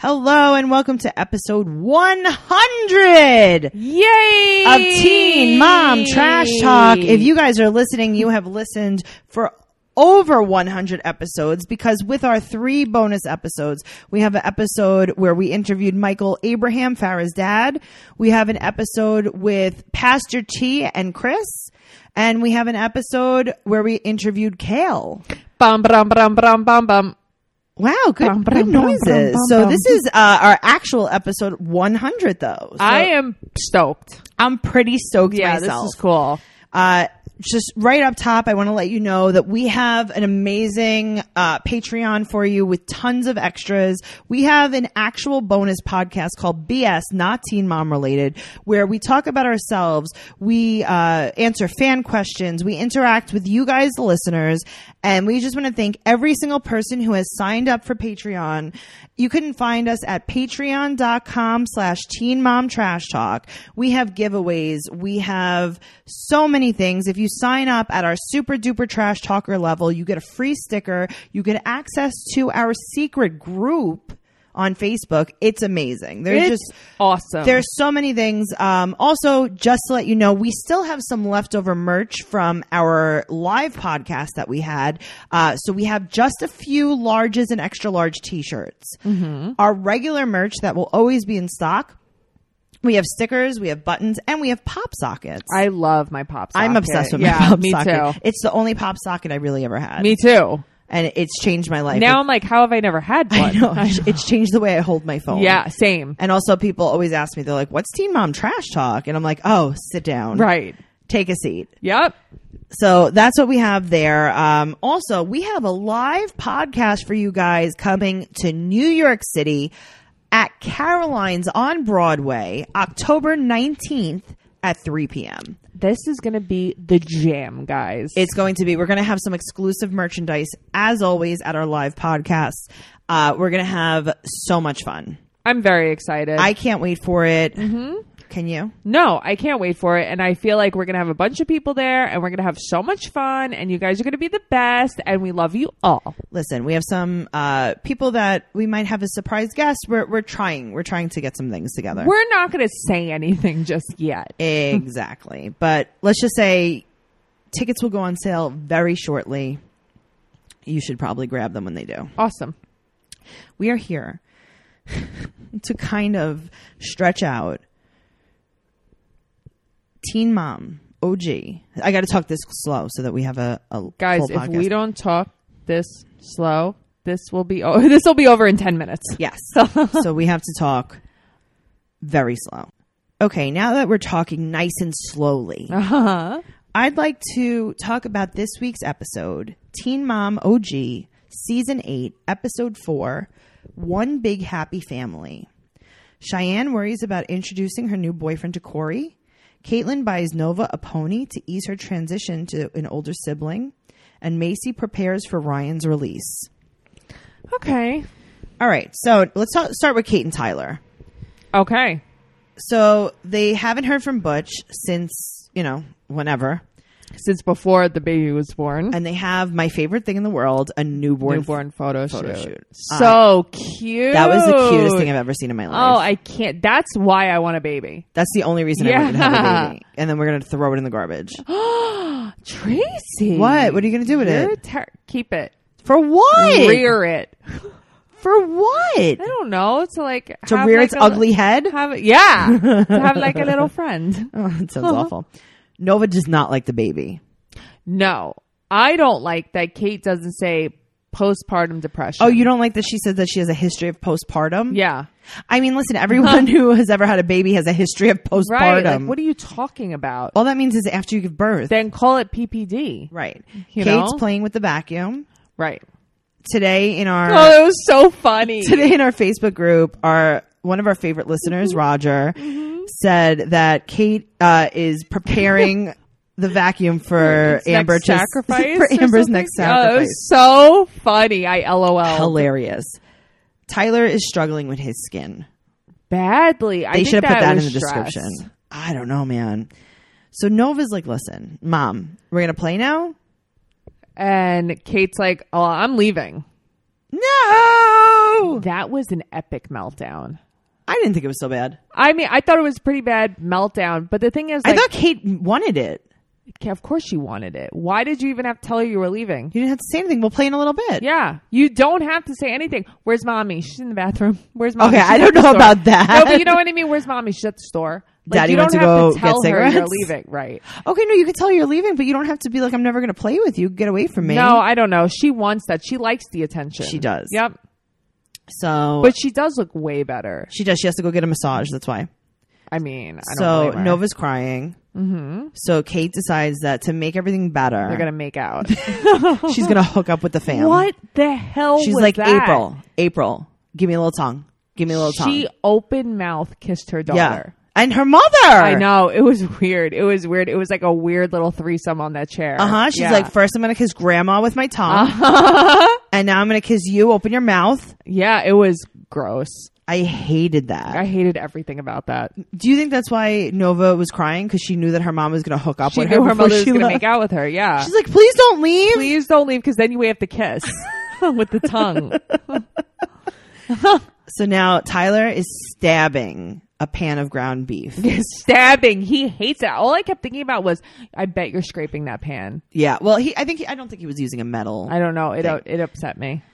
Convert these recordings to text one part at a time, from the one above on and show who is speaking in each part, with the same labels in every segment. Speaker 1: Hello and welcome to episode 100 of
Speaker 2: Yay!
Speaker 1: Teen Mom Trash Talk. If you guys are listening, you have listened for over 100 episodes because with our three bonus episodes, we have an episode where we interviewed Michael Abraham, Farah's dad. We have an episode with Pastor T and Chris. And we have an episode where we interviewed Kale.
Speaker 2: bum bum bum bum bum bum.
Speaker 1: Wow, good,
Speaker 2: Bum,
Speaker 1: good
Speaker 2: bum, bum,
Speaker 1: noises.
Speaker 2: bum, bum,
Speaker 1: so
Speaker 2: bum.
Speaker 1: this is uh, our actual episode 100 though. So-
Speaker 2: I am stoked.
Speaker 1: I'm pretty stoked
Speaker 2: Yeah,
Speaker 1: myself.
Speaker 2: this is cool.
Speaker 1: Uh, just right up top, I want to let you know that we have an amazing uh, Patreon for you with tons of extras. We have an actual bonus podcast called BS, not Teen Mom related, where we talk about ourselves, we uh, answer fan questions, we interact with you guys, the listeners, and we just want to thank every single person who has signed up for Patreon. You can find us at patreon.com slash teen mom trash talk. We have giveaways. We have so many things. If you sign up at our super duper trash talker level, you get a free sticker. You get access to our secret group on Facebook. It's amazing. There's
Speaker 2: It's
Speaker 1: just
Speaker 2: awesome.
Speaker 1: there's so many things. Um, also, just to let you know, we still have some leftover merch from our live podcast that we had. Uh, so we have just a few larges and extra large t-shirts.
Speaker 2: Mm-hmm.
Speaker 1: Our regular merch that will always be in stock. We have stickers, we have buttons, and we have pop sockets.
Speaker 2: I love my pop. Socket.
Speaker 1: I'm obsessed with my
Speaker 2: yeah,
Speaker 1: pop
Speaker 2: me
Speaker 1: socket.
Speaker 2: Too.
Speaker 1: It's the only pop socket I really ever had.
Speaker 2: Me too.
Speaker 1: and it's changed my life.
Speaker 2: Now I'm like, how have I never had one?
Speaker 1: I know. It's changed the way I hold my phone.
Speaker 2: Yeah, same.
Speaker 1: And also, people always ask me, they're like, what's Teen Mom Trash Talk? And I'm like, oh, sit down.
Speaker 2: Right.
Speaker 1: Take a seat.
Speaker 2: Yep.
Speaker 1: So that's what we have there. Um, also, we have a live podcast for you guys coming to New York City at Caroline's on Broadway, October 19th at 3 p.m.
Speaker 2: This is gonna be the jam, guys.
Speaker 1: It's going to be. We're going to have some exclusive merchandise, as always, at our live podcast. Uh, we're going to have so much fun.
Speaker 2: I'm very excited.
Speaker 1: I can't wait for it. Can you?
Speaker 2: No, I can't wait for it. And I feel like we're going to have a bunch of people there and we're going to have so much fun. And you guys are going to be the best. And we love you all.
Speaker 1: listen, we have some uh, people that we might have as surprise guests. We're, we're trying. We're trying to get some things together.
Speaker 2: We're not going to say anything just yet.
Speaker 1: exactly. But let's just say tickets will go on sale very shortly. You should probably grab them when they do.
Speaker 2: Awesome.
Speaker 1: We are here to kind of stretch out Teen Mom OG. I got to talk this slow so that we have a, a
Speaker 2: Guys,
Speaker 1: full
Speaker 2: if
Speaker 1: podcast.
Speaker 2: we don't talk this slow, this will be o- this will be over in 10 minutes.
Speaker 1: Yes. so we have to talk very slow. Okay, now that we're talking nice and slowly,
Speaker 2: Uh-huh.
Speaker 1: I'd like to talk about this week's episode Teen Mom OG, Season 8, Episode 4 One Big Happy Family. Cheyenne worries about introducing her new boyfriend to Corey. Caitlin buys Nova a pony to ease her transition to an older sibling. And Macy prepares for Ryan's release.
Speaker 2: Okay.
Speaker 1: All right, so let's ta- start with Kate and Tyler.
Speaker 2: Okay.
Speaker 1: so they haven't heard from Butch since, you know, whenever.
Speaker 2: Since before the baby was born,
Speaker 1: And they have my favorite thing in the world, a newborn.
Speaker 2: newborn photo, shoot.
Speaker 1: shoot. Uh,
Speaker 2: So cute.
Speaker 1: That was the cutest thing I've ever seen in my life.
Speaker 2: Oh, I can't. That's why I want a baby.
Speaker 1: That's the only reason I wanted to have a
Speaker 2: Yeah.
Speaker 1: baby. And then we're going to throw it in the garbage.
Speaker 2: Tracy.
Speaker 1: what? What are you going to do with
Speaker 2: You're
Speaker 1: it?
Speaker 2: ter- keep it.
Speaker 1: For what?
Speaker 2: Rear it.
Speaker 1: For what?
Speaker 2: I don't know. To like
Speaker 1: To
Speaker 2: have,
Speaker 1: rear
Speaker 2: like,
Speaker 1: its
Speaker 2: a-
Speaker 1: ugly head?
Speaker 2: Have yeah. to have like a little friend.
Speaker 1: Oh, that
Speaker 2: Uh-huh.
Speaker 1: sounds awful. Nova does not like the baby.
Speaker 2: No, I don't like that. Kate doesn't say postpartum
Speaker 1: Oh,
Speaker 2: depression.
Speaker 1: you don't like that she says that she has a history of postpartum?
Speaker 2: yeah, Uh-huh.
Speaker 1: I mean, listen, everyone who has ever had a baby has a history of postpartum.
Speaker 2: right. Like, what are you talking about?
Speaker 1: All that means is after you give birth.
Speaker 2: Then call it PPD.
Speaker 1: Right.
Speaker 2: You
Speaker 1: Kate's
Speaker 2: know?
Speaker 1: playing with the vacuum.
Speaker 2: Right.
Speaker 1: Today in our
Speaker 2: Oh, that was so funny.
Speaker 1: today in our Facebook group, our one of our favorite listeners,
Speaker 2: Mm-hmm.
Speaker 1: Roger, said that Kate uh, is preparing the vacuum for
Speaker 2: Next
Speaker 1: Amber to
Speaker 2: sacrifice
Speaker 1: for
Speaker 2: or
Speaker 1: Amber's
Speaker 2: something?
Speaker 1: next
Speaker 2: Oh, it
Speaker 1: sacrifice.
Speaker 2: was so funny. I lol
Speaker 1: Hilarious. Tyler is struggling with his skin.
Speaker 2: badly. I
Speaker 1: They
Speaker 2: think
Speaker 1: should have put that in
Speaker 2: was
Speaker 1: the
Speaker 2: stress.
Speaker 1: description. I don't know, man. So Nova's like, listen, mom, we're gonna play now.
Speaker 2: And Kate's like, "Oh, I'm leaving."
Speaker 1: No, No,
Speaker 2: That was an epic meltdown.
Speaker 1: I didn't think it was so bad.
Speaker 2: I mean, I thought it was pretty bad meltdown, but the thing is,
Speaker 1: I
Speaker 2: like,
Speaker 1: thought Kate wanted it.
Speaker 2: okay, of course you wanted it. Why did you even have to tell her you were leaving?
Speaker 1: You didn't have to say anything. We'll play in a little bit.
Speaker 2: Yeah, you don't have to say anything. Where's mommy? She's in the bathroom. Where's mommy?
Speaker 1: Okay,
Speaker 2: She's
Speaker 1: I
Speaker 2: at
Speaker 1: don't
Speaker 2: the
Speaker 1: know
Speaker 2: store."
Speaker 1: about that.
Speaker 2: No, but you know what I mean. Where's mommy? She's at the store. Like,
Speaker 1: Daddy
Speaker 2: you
Speaker 1: went
Speaker 2: don't
Speaker 1: to
Speaker 2: have
Speaker 1: go
Speaker 2: to tell
Speaker 1: get
Speaker 2: her you're
Speaker 1: cigarettes?
Speaker 2: leaving, right?
Speaker 1: Okay, no, you could tell you're leaving, but you don't have to be like, I'm never going to play with you. Get away from me.
Speaker 2: No, I don't know. She wants that. She likes the attention.
Speaker 1: She does.
Speaker 2: Yep.
Speaker 1: So
Speaker 2: But she does look way better.
Speaker 1: she does. She has to go get a massage. That's why.
Speaker 2: I mean, I don't
Speaker 1: So
Speaker 2: blame her.
Speaker 1: Nova's crying. Mm-hmm. So Kate decides that to make everything better,
Speaker 2: They're gonna make out.
Speaker 1: Um, she's going to hook up with the fam.
Speaker 2: what the hell?
Speaker 1: She's
Speaker 2: was
Speaker 1: like,
Speaker 2: that?
Speaker 1: April, April, give me a little tongue. Give me a little tongue.
Speaker 2: She open mouth kissed her
Speaker 1: yeah.
Speaker 2: daughter.
Speaker 1: And her mother.
Speaker 2: I know it was weird. It was weird. It was like a weird little threesome on that chair.
Speaker 1: Uh huh. She's
Speaker 2: Yeah. Uh-huh.
Speaker 1: like, first I'm going to kiss grandma with my tongue. And now I'm going to kiss you. Open your mouth.
Speaker 2: yeah, it was gross.
Speaker 1: I hated that.
Speaker 2: I hated everything about that.
Speaker 1: Do you think that's why Nova was crying? Because she knew that her mom was going to hook up
Speaker 2: She
Speaker 1: with her
Speaker 2: knew her
Speaker 1: before
Speaker 2: mother was
Speaker 1: she
Speaker 2: going to
Speaker 1: left?
Speaker 2: make out with her. Yeah.
Speaker 1: She's like, please don't leave.
Speaker 2: Please don't leave because then you have to kiss with the tongue.
Speaker 1: So now Tyler is stabbing a pan of ground beef.
Speaker 2: Stabbing. He hates it. All I kept thinking about was, I bet you're scraping that pan.
Speaker 1: Yeah. Well, he. I think. He, I don't think he was using a metal.
Speaker 2: I don't know. It it upset me.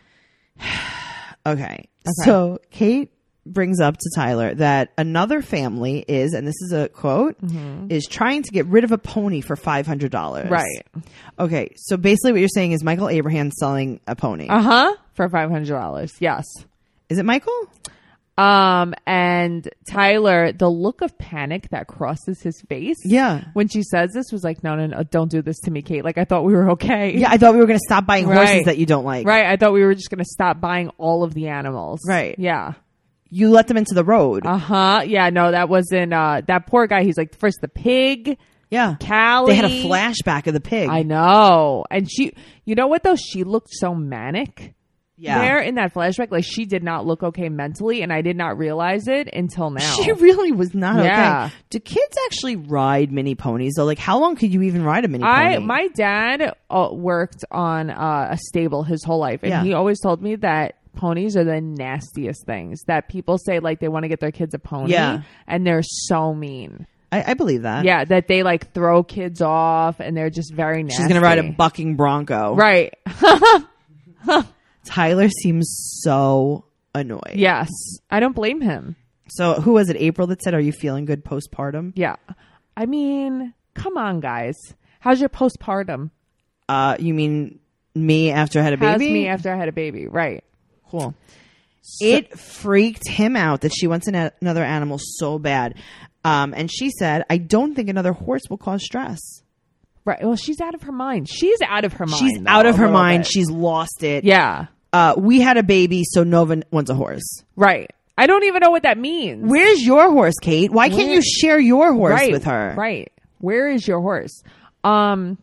Speaker 1: Okay. So Kate brings up to Tyler that another family is, and this is a quote, is trying to get rid of a pony for five hundred dollars.
Speaker 2: Right.
Speaker 1: Okay. So basically, what you're saying is Michael Abraham selling a pony.
Speaker 2: Uh huh. For five hundred dollars. Yes.
Speaker 1: is it Michael?
Speaker 2: Um. And Tyler, the look of panic that crosses his face.
Speaker 1: Yeah.
Speaker 2: When she says this, was like, no, no, no, don't do this to me, Kate. Like I thought we were okay.
Speaker 1: Yeah. I thought we were going to stop buying horses
Speaker 2: Right.
Speaker 1: that you don't like.
Speaker 2: Right. I thought we were just gonna stop buying all of the animals.
Speaker 1: Right.
Speaker 2: Yeah.
Speaker 1: You let them into the road.
Speaker 2: Uh huh. Yeah. No, that wasn't. Uh, that poor guy. He's like first the pig,
Speaker 1: yeah.
Speaker 2: Callie.
Speaker 1: They had a flashback of the pig.
Speaker 2: I know. And she, you know what though? She looked so manic.
Speaker 1: yeah.
Speaker 2: There in that flashback, like she did not look okay mentally, and I did not realize it until now.
Speaker 1: She really was not
Speaker 2: Yeah.
Speaker 1: okay. Do kids actually ride mini ponies though? Like, how long could you even ride a mini
Speaker 2: I
Speaker 1: pony?
Speaker 2: my dad uh, worked on uh, a stable his whole life, and
Speaker 1: Yeah.
Speaker 2: he always told me that ponies are the nastiest things that people say like they want to get their kids a pony,
Speaker 1: Yeah.
Speaker 2: and they're so mean.
Speaker 1: I, I believe that.
Speaker 2: Yeah, that they like throw kids off, and they're just very nasty.
Speaker 1: She's gonna ride a bucking bronco.
Speaker 2: right.
Speaker 1: Tyler seems so annoyed.
Speaker 2: Yes, I don't blame him.
Speaker 1: So who was it? April that said, "Are you feeling good postpartum?"
Speaker 2: Yeah, I mean, come on, guys. How's your postpartum?
Speaker 1: Uh, you mean me after I had a
Speaker 2: How's
Speaker 1: baby?
Speaker 2: me after I had a baby? Right.
Speaker 1: cool. it freaked him out that she wants an, another animal so bad. Um, and she said, "I don't think another horse will cause stress."
Speaker 2: Right. Well, she's out of her mind. She's out of her mind.
Speaker 1: She's
Speaker 2: though,
Speaker 1: out of
Speaker 2: a
Speaker 1: her
Speaker 2: little
Speaker 1: mind.
Speaker 2: bit.
Speaker 1: She's lost it.
Speaker 2: yeah.
Speaker 1: Uh, we had a baby, so Nova wants a horse.
Speaker 2: Right. I don't even know what that means.
Speaker 1: Where's your horse, Kate? Why can't
Speaker 2: Where-
Speaker 1: you share your horse
Speaker 2: right.
Speaker 1: with her?
Speaker 2: Right. Where is your horse? Um.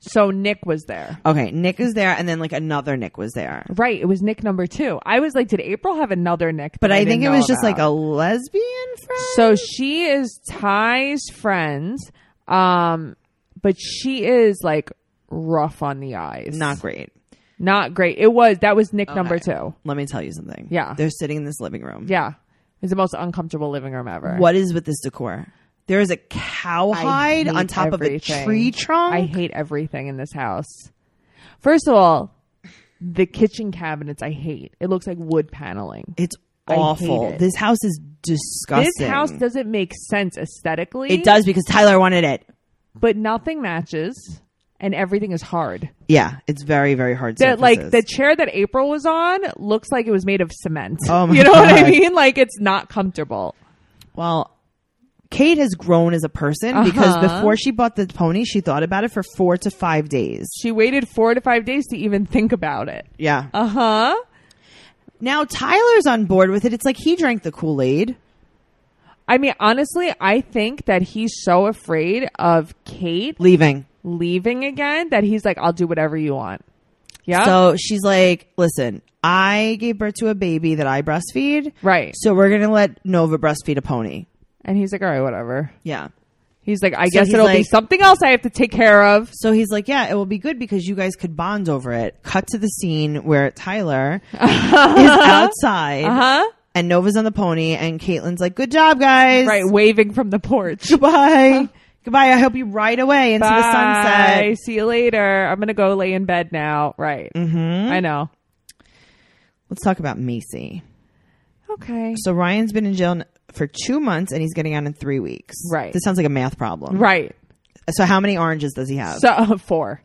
Speaker 2: So Nick was there.
Speaker 1: Okay, Nick is there, and then like another Nick was there.
Speaker 2: Right. It was Nick number two. I was like, did April have another Nick? that
Speaker 1: But I, think
Speaker 2: didn't
Speaker 1: it
Speaker 2: know
Speaker 1: was just
Speaker 2: about?
Speaker 1: like a lesbian friend.
Speaker 2: So she is Ty's friend, um, but she is like rough on the eyes.
Speaker 1: Not great.
Speaker 2: not great. It was that was Nick number two.
Speaker 1: Let me tell you something.
Speaker 2: Yeah.
Speaker 1: They're sitting in this living room.
Speaker 2: Yeah, it's the most uncomfortable living room ever.
Speaker 1: What is with this decor? There is a
Speaker 2: I
Speaker 1: cowhide
Speaker 2: hate
Speaker 1: on top of a
Speaker 2: everything.
Speaker 1: tree trunk.
Speaker 2: I hate everything in this house. First of all, the kitchen cabinets I hate. It looks like wood paneling.
Speaker 1: it's
Speaker 2: I hate
Speaker 1: awful.
Speaker 2: it.
Speaker 1: This house is disgusting.
Speaker 2: This house doesn't make sense aesthetically.
Speaker 1: It does because Tyler wanted it.
Speaker 2: but nothing matches, and everything is hard.
Speaker 1: Yeah, it's very very hard.
Speaker 2: that like
Speaker 1: surfaces.
Speaker 2: the chair that April was on looks like it was made of cement.
Speaker 1: Oh my
Speaker 2: you know what
Speaker 1: God.
Speaker 2: I mean? Like it's not comfortable.
Speaker 1: Well, Kate has grown as a person because before she bought the pony, she thought about it for four to five days.
Speaker 2: She waited four to five days to even think about it.
Speaker 1: Yeah.
Speaker 2: Uh
Speaker 1: Uh-huh.
Speaker 2: huh.
Speaker 1: now Tyler's on board with it. It's like he drank the Kool Aid.
Speaker 2: I mean, honestly, I think that he's so afraid of Kate
Speaker 1: Leaving.
Speaker 2: leaving again that he's like, "I'll do whatever you want." Yeah.
Speaker 1: So she's like, listen, I gave birth to a baby that I breastfeed.
Speaker 2: right.
Speaker 1: So we're going to let Nova breastfeed a pony.
Speaker 2: And he's like, "All right, whatever."
Speaker 1: Yeah.
Speaker 2: He's like, I
Speaker 1: So
Speaker 2: guess
Speaker 1: he's
Speaker 2: it'll be
Speaker 1: like-
Speaker 2: something else I have to take care of.
Speaker 1: So he's like, yeah, it will be good because you guys could bond over it. Cut to the scene where Tyler is outside
Speaker 2: Huh?
Speaker 1: and Nova's on the pony and Caitlin's like, good job, guys.
Speaker 2: Right, waving from the porch.
Speaker 1: Goodbye. Goodbye. I hope you ride away into the
Speaker 2: Bye.
Speaker 1: sunset.
Speaker 2: See you later. I'm gonna go lay in bed now. Right. Mm-hmm. I know.
Speaker 1: Let's talk about Macy.
Speaker 2: Okay.
Speaker 1: So Ryan's been in jail n- for two months and he's getting out in three weeks.
Speaker 2: Right.
Speaker 1: This sounds like a math problem.
Speaker 2: Right.
Speaker 1: So how many oranges does he have?
Speaker 2: So four.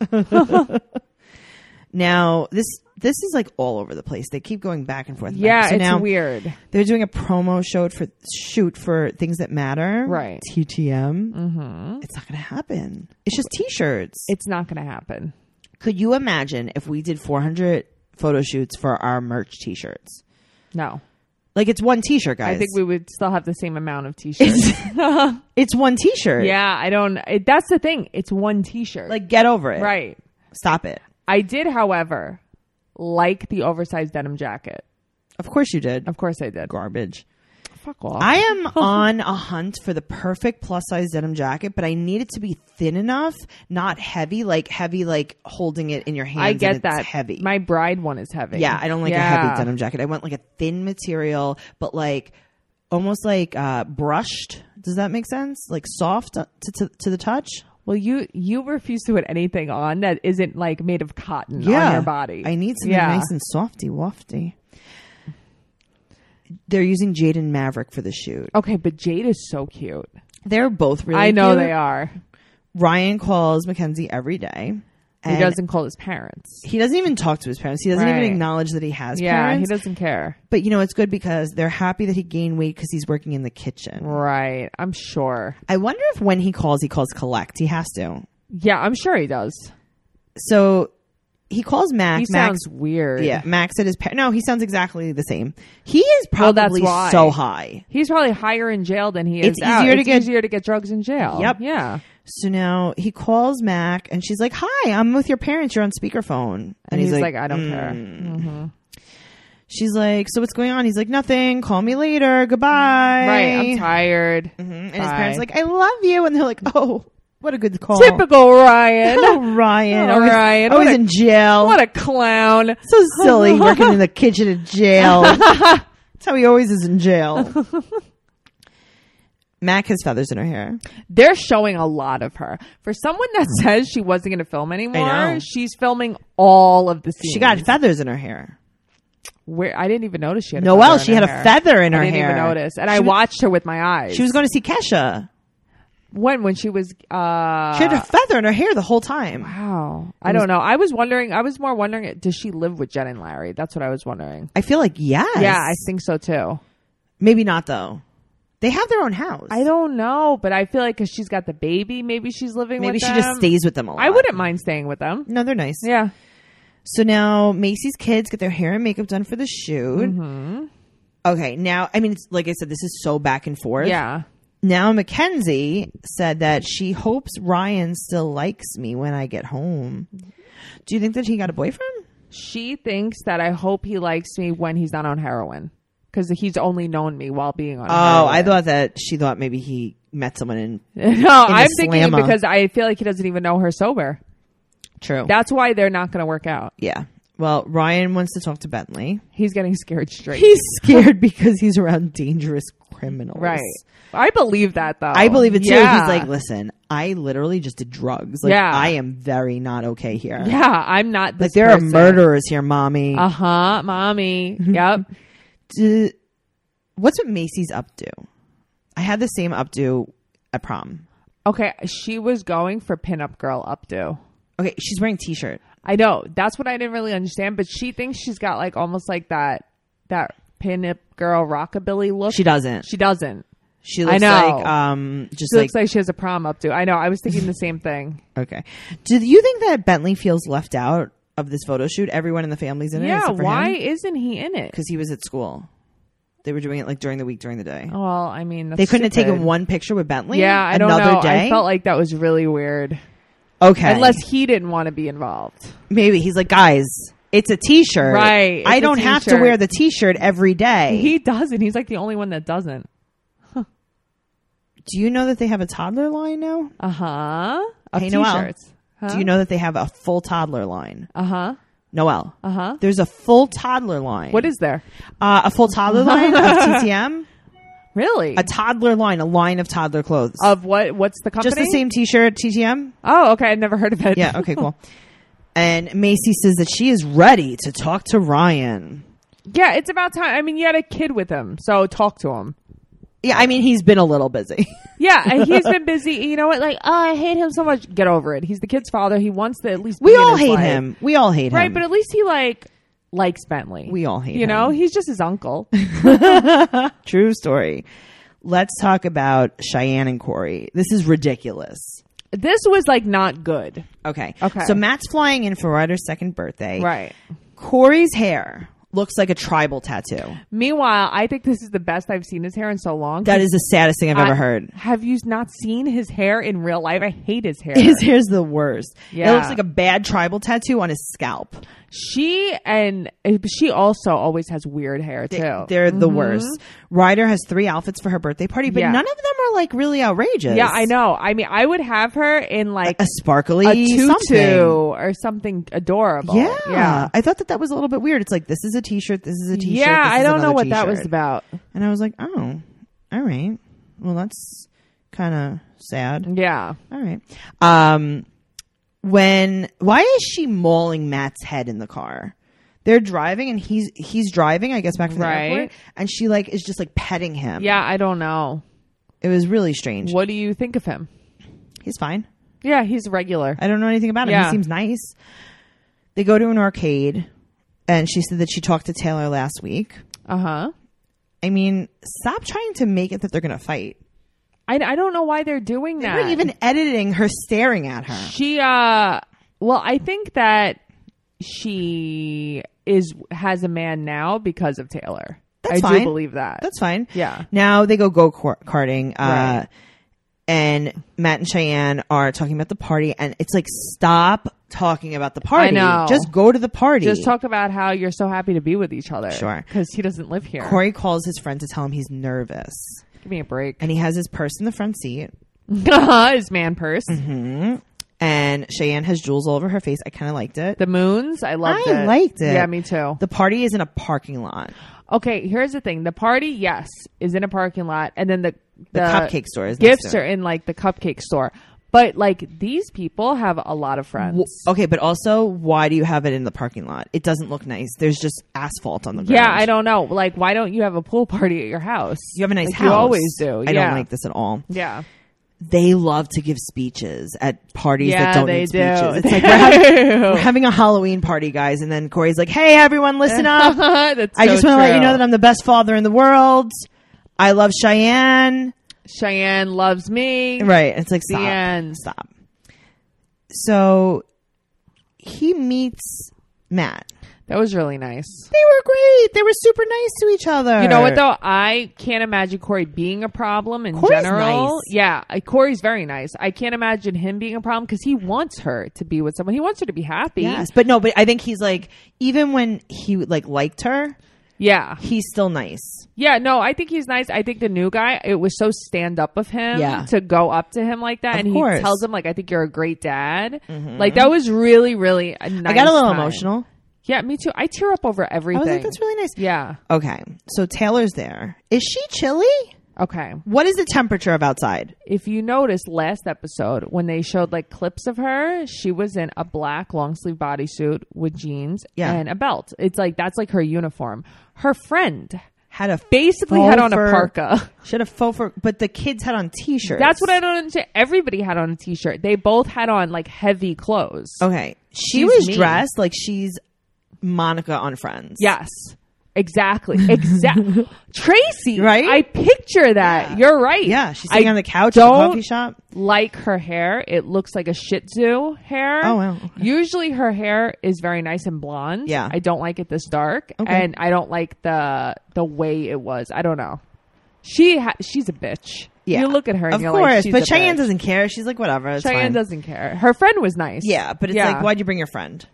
Speaker 1: now this this is like all over the place. They keep going back and forth. and
Speaker 2: Yeah,
Speaker 1: back. so
Speaker 2: it's
Speaker 1: now
Speaker 2: weird.
Speaker 1: They're doing a promo show for shoot for things that matter.
Speaker 2: Right.
Speaker 1: TTM. Mm-hmm. It's not going to happen. It's just t-shirts.
Speaker 2: It's not gonna happen.
Speaker 1: Could you imagine if we did 400 photo shoots for our merch t-shirts?
Speaker 2: No.
Speaker 1: Like it's one t-shirt, guys.
Speaker 2: I think we would still have the same amount of t-shirts.
Speaker 1: it's one t-shirt.
Speaker 2: yeah, I don't. It, that's the thing. It's one t-shirt.
Speaker 1: Like get over it.
Speaker 2: right.
Speaker 1: Stop it.
Speaker 2: I did, however, like the oversized denim jacket.
Speaker 1: Of course you did.
Speaker 2: Of course, I did.
Speaker 1: Garbage.
Speaker 2: Fuck off.
Speaker 1: I am on a hunt for the perfect plus size denim jacket, but I need it to be thin enough, not heavy, like heavy, like holding it in your hands.
Speaker 2: I get
Speaker 1: and it's
Speaker 2: that.
Speaker 1: heavy.
Speaker 2: My bride one is heavy.
Speaker 1: yeah, I don't like a
Speaker 2: Yeah.
Speaker 1: heavy denim jacket. I want like a thin material, but like almost like uh, brushed. Does that make sense? Like soft to, to, to the touch.
Speaker 2: Well, you you refuse to put anything on that isn't like made of cotton on your body.
Speaker 1: I need something
Speaker 2: Yeah.
Speaker 1: nice and softy, wafty. They're using Jade and Maverick for the shoot.
Speaker 2: Okay, but Jade is so cute.
Speaker 1: They're both really.
Speaker 2: I know
Speaker 1: cute.
Speaker 2: they are.
Speaker 1: Ryan calls Mackenzie every day.
Speaker 2: He
Speaker 1: and
Speaker 2: doesn't call his parents.
Speaker 1: He doesn't even talk to his parents. He doesn't
Speaker 2: Right.
Speaker 1: even acknowledge that he has
Speaker 2: Yeah,
Speaker 1: parents.
Speaker 2: he doesn't care.
Speaker 1: but you know, it's good because they're happy that he gained weight because he's working in the kitchen.
Speaker 2: Right. I'm sure.
Speaker 1: I wonder if when he calls, he calls collect. He has to.
Speaker 2: Yeah, I'm sure he does.
Speaker 1: So he calls Mac.
Speaker 2: He
Speaker 1: Max,
Speaker 2: sounds weird.
Speaker 1: yeah, Max at his par- no. He sounds exactly the same. He is probably
Speaker 2: why.
Speaker 1: so high.
Speaker 2: He's probably higher in jail than he is.
Speaker 1: It's
Speaker 2: out.
Speaker 1: easier to
Speaker 2: It's
Speaker 1: get-
Speaker 2: easier to get drugs in jail.
Speaker 1: Yep.
Speaker 2: Yeah.
Speaker 1: So now he calls Mac, and she's like, "Hi, I'm with your parents. You're on speakerphone." And,
Speaker 2: And he's, like, I don't
Speaker 1: "Mm."
Speaker 2: care.
Speaker 1: She's like, "So what's going on?" He's like, "Nothing. Call me later. Goodbye."
Speaker 2: Right. I'm tired.
Speaker 1: And his
Speaker 2: Bye.
Speaker 1: parents are like, I love you. And they're like, oh, what a good call.
Speaker 2: Typical Ryan.
Speaker 1: Oh, Ryan.
Speaker 2: Oh,
Speaker 1: always,
Speaker 2: Ryan.
Speaker 1: Always
Speaker 2: What a-
Speaker 1: in jail.
Speaker 2: what a clown.
Speaker 1: so silly working in the kitchen in jail. That's how he always is in jail. Mac has feathers in her hair.
Speaker 2: They're showing a lot of her. For someone that says she wasn't going to film
Speaker 1: I know.
Speaker 2: anymore, she's filming all of the scenes.
Speaker 1: She got feathers in her hair.
Speaker 2: Where I didn't even notice she had. a
Speaker 1: Noelle,
Speaker 2: feather in
Speaker 1: she
Speaker 2: her
Speaker 1: had a
Speaker 2: hair.
Speaker 1: feather in her
Speaker 2: I didn't
Speaker 1: hair.
Speaker 2: even notice, and
Speaker 1: She
Speaker 2: I
Speaker 1: was-
Speaker 2: watched her with my eyes.
Speaker 1: She was going to see Kesha.
Speaker 2: when when she was. Uh,
Speaker 1: She had a feather in her hair the whole time.
Speaker 2: wow, I don't know. I was wondering. I was more wondering, does she live with Jen and Larry? That's what I was wondering.
Speaker 1: I feel like yes.
Speaker 2: Yeah, I think so too.
Speaker 1: maybe not though. They have their own house.
Speaker 2: I don't know, but I feel like because she's got the baby, maybe she's living.
Speaker 1: Maybe
Speaker 2: with
Speaker 1: she just
Speaker 2: them.
Speaker 1: stays with them a lot.
Speaker 2: I wouldn't mind staying with them.
Speaker 1: No, they're nice.
Speaker 2: Yeah,
Speaker 1: So now Macy's kids get their hair and makeup done for the shoot.
Speaker 2: Mm-hmm.
Speaker 1: Okay, now I mean, it's, like I said, this is so back and forth.
Speaker 2: yeah.
Speaker 1: Now Mackenzie said that she hopes Ryan still likes me when I get home. Do you think that he got a boyfriend?
Speaker 2: She thinks that I hope he likes me when he's not on heroin because he's only known me while being on.
Speaker 1: Oh, I thought that she thought maybe he met someone in.
Speaker 2: heroin. no,
Speaker 1: in
Speaker 2: I'm
Speaker 1: the
Speaker 2: thinking
Speaker 1: slammer.
Speaker 2: because I feel like he doesn't even know her sober.
Speaker 1: True.
Speaker 2: That's why they're not going to work out.
Speaker 1: yeah. Well, Ryan wants to talk to Bentley.
Speaker 2: He's getting scared straight.
Speaker 1: He's scared because he's around dangerous criminals.
Speaker 2: right. I believe that though.
Speaker 1: I believe it too.
Speaker 2: Yeah.
Speaker 1: He's like, listen, I literally just did drugs. Like,
Speaker 2: Yeah.
Speaker 1: I am very not okay here.
Speaker 2: yeah, I'm not this
Speaker 1: Like, there
Speaker 2: person.
Speaker 1: are murderers here, mommy.
Speaker 2: Uh huh, mommy. Yep.
Speaker 1: D- What's what Macy's updo? I had the same updo at prom.
Speaker 2: Okay, she was going for pinup girl updo.
Speaker 1: Okay, she's wearing a t-shirt.
Speaker 2: I know that's what I didn't really understand, but she thinks she's got like almost like that that pinup girl rockabilly look.
Speaker 1: She doesn't.
Speaker 2: She doesn't.
Speaker 1: She looks
Speaker 2: know.
Speaker 1: like um just
Speaker 2: She
Speaker 1: like,
Speaker 2: looks like she has a prom updo. I know. I was thinking the same thing.
Speaker 1: okay. Do you think that Bentley feels left out of this photo shoot? Everyone in the family's in it.
Speaker 2: yeah. Why isn't he in it?
Speaker 1: Because he was at school. They were doing it like during the week, during the day.
Speaker 2: Well, I mean, that's
Speaker 1: they couldn't have
Speaker 2: Oh, stupid.
Speaker 1: taken one picture with Bentley.
Speaker 2: Yeah, I don't
Speaker 1: another
Speaker 2: know.
Speaker 1: day.
Speaker 2: I felt like that was really weird.
Speaker 1: okay,
Speaker 2: Unless he didn't want to be involved.
Speaker 1: maybe he's like, guys, it's a t-shirt.
Speaker 2: Right, it's
Speaker 1: I
Speaker 2: a
Speaker 1: don't have to
Speaker 2: t-shirt."
Speaker 1: wear the t-shirt every day.
Speaker 2: He doesn't. He's like the only one that doesn't.
Speaker 1: Do you know that they have a toddler line now?
Speaker 2: Uh huh. Of
Speaker 1: Hey, Noel.
Speaker 2: t-shirts. Huh?
Speaker 1: Do you know that they have a full toddler line?
Speaker 2: Uh huh.
Speaker 1: Noel.
Speaker 2: Uh huh.
Speaker 1: There's a full toddler line.
Speaker 2: What is there?
Speaker 1: uh, a full toddler line of TTM?
Speaker 2: Really?
Speaker 1: A toddler line, a line of toddler clothes.
Speaker 2: of what? What's the company?
Speaker 1: Just the same T-shirt, TTM.
Speaker 2: Oh, okay. I never heard of it.
Speaker 1: Yeah. Okay. Cool. And Macy says that she is ready to talk to Ryan.
Speaker 2: Yeah, it's about time. I mean, you had a kid with him, so talk to him.
Speaker 1: Yeah, I mean he's been a little busy.
Speaker 2: Yeah, and he's been busy. You know what? Like, oh, I hate him so much. Get over it. He's the kid's father. He wants to at least.
Speaker 1: We
Speaker 2: be in
Speaker 1: all
Speaker 2: his
Speaker 1: hate
Speaker 2: life.
Speaker 1: him. We all hate
Speaker 2: right?
Speaker 1: him.
Speaker 2: But at least he like likes Bentley.
Speaker 1: We all hate
Speaker 2: You know,
Speaker 1: him.
Speaker 2: he's just his uncle.
Speaker 1: True story. Let's talk about Cheyenne and Corey. This is ridiculous.
Speaker 2: this was like not good.
Speaker 1: Okay.
Speaker 2: Okay.
Speaker 1: So Matt's flying in for Ryder's second birthday.
Speaker 2: Right.
Speaker 1: Corey's hair looks like a tribal tattoo.
Speaker 2: Meanwhile, I think this is the best I've seen his hair in so long.
Speaker 1: That is the saddest thing I've
Speaker 2: I-
Speaker 1: ever heard.
Speaker 2: Have you not seen his hair in real life? I hate his hair.
Speaker 1: His hair's the worst. It
Speaker 2: Yeah.
Speaker 1: looks like a bad tribal tattoo on his scalp.
Speaker 2: she and eh, she also always has weird hair too.
Speaker 1: They're the worst. Ryder has three outfits for her birthday party, but
Speaker 2: Mm-hmm. Yeah.
Speaker 1: none of them are like really outrageous.
Speaker 2: yeah, I know. I mean, I would have her in like
Speaker 1: A sparkly
Speaker 2: a tutu
Speaker 1: something.
Speaker 2: or something adorable.
Speaker 1: Yeah.
Speaker 2: yeah.
Speaker 1: I thought that that was a little bit weird. It's like this is a t-shirt, this is a t-shirt.
Speaker 2: Yeah,
Speaker 1: this
Speaker 2: I
Speaker 1: is
Speaker 2: don't know
Speaker 1: another
Speaker 2: what that was
Speaker 1: t-shirt.
Speaker 2: about.
Speaker 1: And I was like, "Oh. All right. Well, that's kind of sad."
Speaker 2: Yeah.
Speaker 1: All right. Um, when why is she mauling Matt's head in the car? They're driving and he's he's driving, I guess, back from the
Speaker 2: Right.
Speaker 1: airport, and she like is just like petting him.
Speaker 2: Yeah, I don't know.
Speaker 1: it was really strange.
Speaker 2: What do you think of him?
Speaker 1: He's fine.
Speaker 2: Yeah, he's regular.
Speaker 1: I don't know anything about him. He
Speaker 2: Yeah.
Speaker 1: seems nice. They go to an arcade, and she said that she talked to Taylor last week.
Speaker 2: Uh huh.
Speaker 1: I mean, stop trying to make it that they're gonna fight.
Speaker 2: I, I don't know why they're doing that.
Speaker 1: They're even editing her staring at her.
Speaker 2: she uh well, I think that she is has a man now because of Taylor.
Speaker 1: That's
Speaker 2: I
Speaker 1: fine.
Speaker 2: do believe that.
Speaker 1: That's fine.
Speaker 2: Yeah.
Speaker 1: Now they go go karting. Uh,
Speaker 2: Right.
Speaker 1: And Matt and Cheyenne are talking about the party, and it's like, stop talking about the party.
Speaker 2: know.
Speaker 1: Just go to the party.
Speaker 2: Just talk about how you're so happy to be with each other.
Speaker 1: Sure.
Speaker 2: Because he doesn't live here.
Speaker 1: Corey calls his friend to tell him he's nervous,
Speaker 2: Give me a break.
Speaker 1: and he has his purse in the front seat.
Speaker 2: His man purse.
Speaker 1: Mm-hmm. And Cheyenne has jewels all over her face. I kind of liked it.
Speaker 2: The moons. I loved
Speaker 1: I
Speaker 2: it.
Speaker 1: liked it.
Speaker 2: Yeah, me too.
Speaker 1: The party is in a parking lot.
Speaker 2: Okay, here's the thing. The party, yes, is in a parking lot, and then the
Speaker 1: The cupcake store is next
Speaker 2: gifts
Speaker 1: to
Speaker 2: are in like the cupcake store. But like these people have a lot of friends.
Speaker 1: W- Okay, but also, why do you have it in the parking lot? It doesn't look nice. There's just asphalt on the ground.
Speaker 2: yeah, I don't know. Like, why don't you have a pool party at your house?
Speaker 1: You have a nice
Speaker 2: Like,
Speaker 1: house.
Speaker 2: You always do.
Speaker 1: I
Speaker 2: yeah.
Speaker 1: don't like this at all.
Speaker 2: Yeah,
Speaker 1: They love to give speeches at parties that
Speaker 2: yeah,
Speaker 1: don't
Speaker 2: they
Speaker 1: need
Speaker 2: do.
Speaker 1: speeches. It's like we're having, we're having a Hallowing party, guys, and then Corey's like, "Hey, everyone, listen up!
Speaker 2: That's
Speaker 1: I
Speaker 2: so
Speaker 1: just want to let you know
Speaker 2: true.
Speaker 1: that I'm the best father in the world. I love Cheyenne."
Speaker 2: Cheyenne loves me.
Speaker 1: Right? It's like
Speaker 2: The
Speaker 1: stop,
Speaker 2: end.
Speaker 1: stop. So he meets Matt.
Speaker 2: That was really nice.
Speaker 1: They were great. They were super nice to each other.
Speaker 2: You know what though? I can't imagine Corey being a problem in
Speaker 1: Corey's
Speaker 2: general.
Speaker 1: nice.
Speaker 2: Yeah, I- Corey's very nice. I can't imagine him being a problem because he wants her to be with someone. He wants her to be happy.
Speaker 1: Yes, but no, but I think he's like even when he like liked her,
Speaker 2: Yeah.
Speaker 1: he's still nice.
Speaker 2: Yeah. No, I think he's nice. I think the new guy. It was so stand up of him
Speaker 1: Yeah.
Speaker 2: to go up to him like that,
Speaker 1: Of
Speaker 2: and
Speaker 1: course. Mm-hmm.
Speaker 2: he tells him like, "I think you're a great dad." Like that was really, really. A nice
Speaker 1: I got a little
Speaker 2: time.
Speaker 1: emotional.
Speaker 2: Yeah, me too. I tear up over
Speaker 1: I
Speaker 2: everything.
Speaker 1: was like, that's really nice.
Speaker 2: yeah.
Speaker 1: Okay. So Taylor's there. Is she chilly?
Speaker 2: Okay.
Speaker 1: What is the temperature of outside?
Speaker 2: if you notice last episode when they showed like clips of her, she was in a black long sleeve bodysuit with jeans
Speaker 1: Yeah.
Speaker 2: and a belt. It's like that's like her uniform. Her friend
Speaker 1: Had a
Speaker 2: basically
Speaker 1: faux
Speaker 2: had on a
Speaker 1: fur-
Speaker 2: parka.
Speaker 1: She had a faux fur, but the kids had on t-shirts.
Speaker 2: That's what I don't understand. Everybody had on a t shirt. They both had on like heavy clothes.
Speaker 1: Okay. She
Speaker 2: She's
Speaker 1: was
Speaker 2: mean.
Speaker 1: dressed like she's Monica on Friends.
Speaker 2: Yes. Exactly. Exactly. Tracy.
Speaker 1: Right?
Speaker 2: I picture that. You're right.
Speaker 1: Yeah. She's sitting
Speaker 2: I
Speaker 1: on the couch at the
Speaker 2: don't
Speaker 1: coffee shop.
Speaker 2: like her hair. It looks like a Shih Tzu hair.
Speaker 1: Oh, wow. Okay.
Speaker 2: Usually her hair is very nice and blonde.
Speaker 1: Yeah.
Speaker 2: I don't like it this dark,
Speaker 1: Okay.
Speaker 2: and I don't like the the way it was. I don't know. She ha- she's a bitch.
Speaker 1: Yeah.
Speaker 2: you look at her, and
Speaker 1: Of
Speaker 2: you're
Speaker 1: course.
Speaker 2: like, she's
Speaker 1: but
Speaker 2: a
Speaker 1: Cheyenne
Speaker 2: bitch.
Speaker 1: doesn't care. She's like, whatever. It's
Speaker 2: Cheyenne
Speaker 1: fine.
Speaker 2: doesn't care. Her friend was nice.
Speaker 1: Yeah. But it's
Speaker 2: Yeah.
Speaker 1: like, why'd you bring your friend?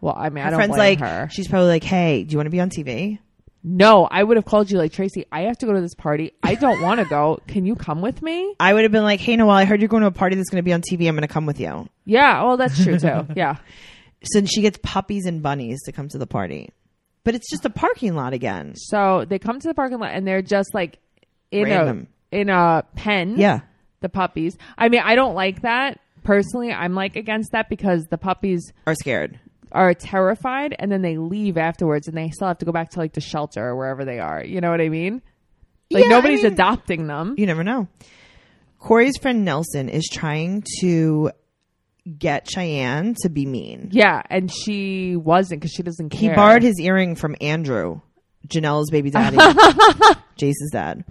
Speaker 2: Well, I mean, I
Speaker 1: Her
Speaker 2: don't
Speaker 1: friend's like,
Speaker 2: blame her.
Speaker 1: she's probably like, hey, do you want to be on TV?
Speaker 2: No, I would have called you like, Tracy, I have to go to this party. I don't want to go. Can you come with me?
Speaker 1: I would have been like, hey, Noel, I heard you're going to a party that's going to be on TV. I'm going to come with you.
Speaker 2: Yeah. Well, that's true too. Yeah.
Speaker 1: So she gets puppies and bunnies to come to the party. But it's just a parking lot again.
Speaker 2: So they come to the parking lot and they're just like in
Speaker 1: Random.
Speaker 2: a in a pen.
Speaker 1: Yeah.
Speaker 2: The puppies. I mean, I don't like that personally. I'm like against that because the puppies
Speaker 1: Are scared.
Speaker 2: are terrified and then they leave afterwards and they still have to go back to like the shelter or wherever they are. You know what I mean? Like
Speaker 1: Yeah, I
Speaker 2: nobody's
Speaker 1: mean-
Speaker 2: adopting them.
Speaker 1: You never know. Corey's friend Nelson is trying to get Cheyenne to be mean.
Speaker 2: Yeah, and she wasn't because she doesn't care.
Speaker 1: He borrowed his earring from Andrew, Janelle's baby daddy, Jace's dad.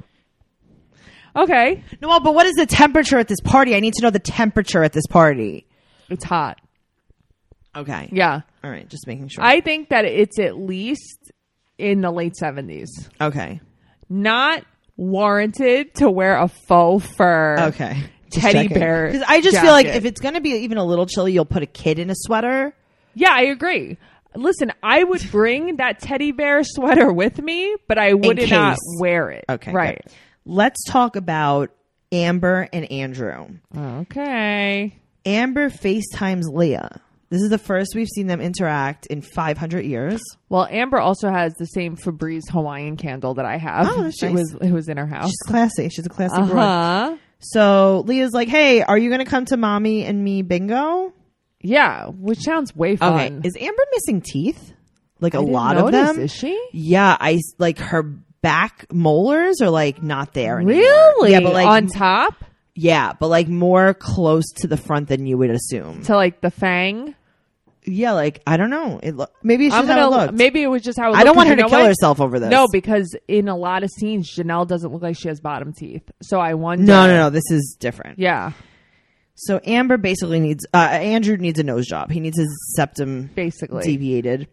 Speaker 2: Okay,
Speaker 1: Noel, but what is the temperature at this party? I need to know the temperature at this party.
Speaker 2: it's hot.
Speaker 1: Okay.
Speaker 2: Yeah,
Speaker 1: All right. Just making sure.
Speaker 2: I think that it's at least in the late seventies.
Speaker 1: okay.
Speaker 2: Not warranted to wear a faux fur.
Speaker 1: Okay.
Speaker 2: Teddy bear
Speaker 1: Because I just feel like
Speaker 2: jacket.
Speaker 1: if it's going to be even a little chilly, you'll put a kid in a sweater.
Speaker 2: Yeah, I agree. Listen, I would bring that teddy bear sweater with me, but I would not
Speaker 1: case.
Speaker 2: wear it.
Speaker 1: Okay. good.
Speaker 2: right.
Speaker 1: Let's talk about Amber and Andrew.
Speaker 2: Okay.
Speaker 1: Amber FaceTimes Leah. This is the first we've seen them interact in 500 years.
Speaker 2: Well, Amber also has the same Febreze Hawaiian candle that I have.
Speaker 1: Oh, that's
Speaker 2: she
Speaker 1: nice.
Speaker 2: was it was in her house.
Speaker 1: She's classy. She's a classy broad.
Speaker 2: Uh-huh.
Speaker 1: So Leah's like, hey, are you going to come to mommy and me bingo?
Speaker 2: Yeah, which sounds way
Speaker 1: Okay.
Speaker 2: fun.
Speaker 1: Is Amber missing teeth? Like a
Speaker 2: I didn't
Speaker 1: lot
Speaker 2: notice,
Speaker 1: of them?
Speaker 2: Is she?
Speaker 1: Yeah, I s- like her back molars are like not there anymore.
Speaker 2: Really?
Speaker 1: Yeah, but like
Speaker 2: on top
Speaker 1: yeah, but like more close to the front than you would assume.
Speaker 2: to like the fang.
Speaker 1: Yeah, like I don't know. It lo- maybe it's
Speaker 2: I'm
Speaker 1: just how it
Speaker 2: gonna
Speaker 1: looked.
Speaker 2: maybe it was just how it
Speaker 1: I don't want
Speaker 2: looked, 'cause
Speaker 1: her
Speaker 2: you
Speaker 1: to
Speaker 2: know
Speaker 1: kill
Speaker 2: what?
Speaker 1: herself over this.
Speaker 2: No, because in a lot of scenes, Janelle doesn't look like she has bottom teeth. So I wonder.
Speaker 1: no, no, no. This is different.
Speaker 2: Yeah,
Speaker 1: So Amber basically needs uh, Andrew needs a nose job. He needs his septum
Speaker 2: basically.
Speaker 1: deviated,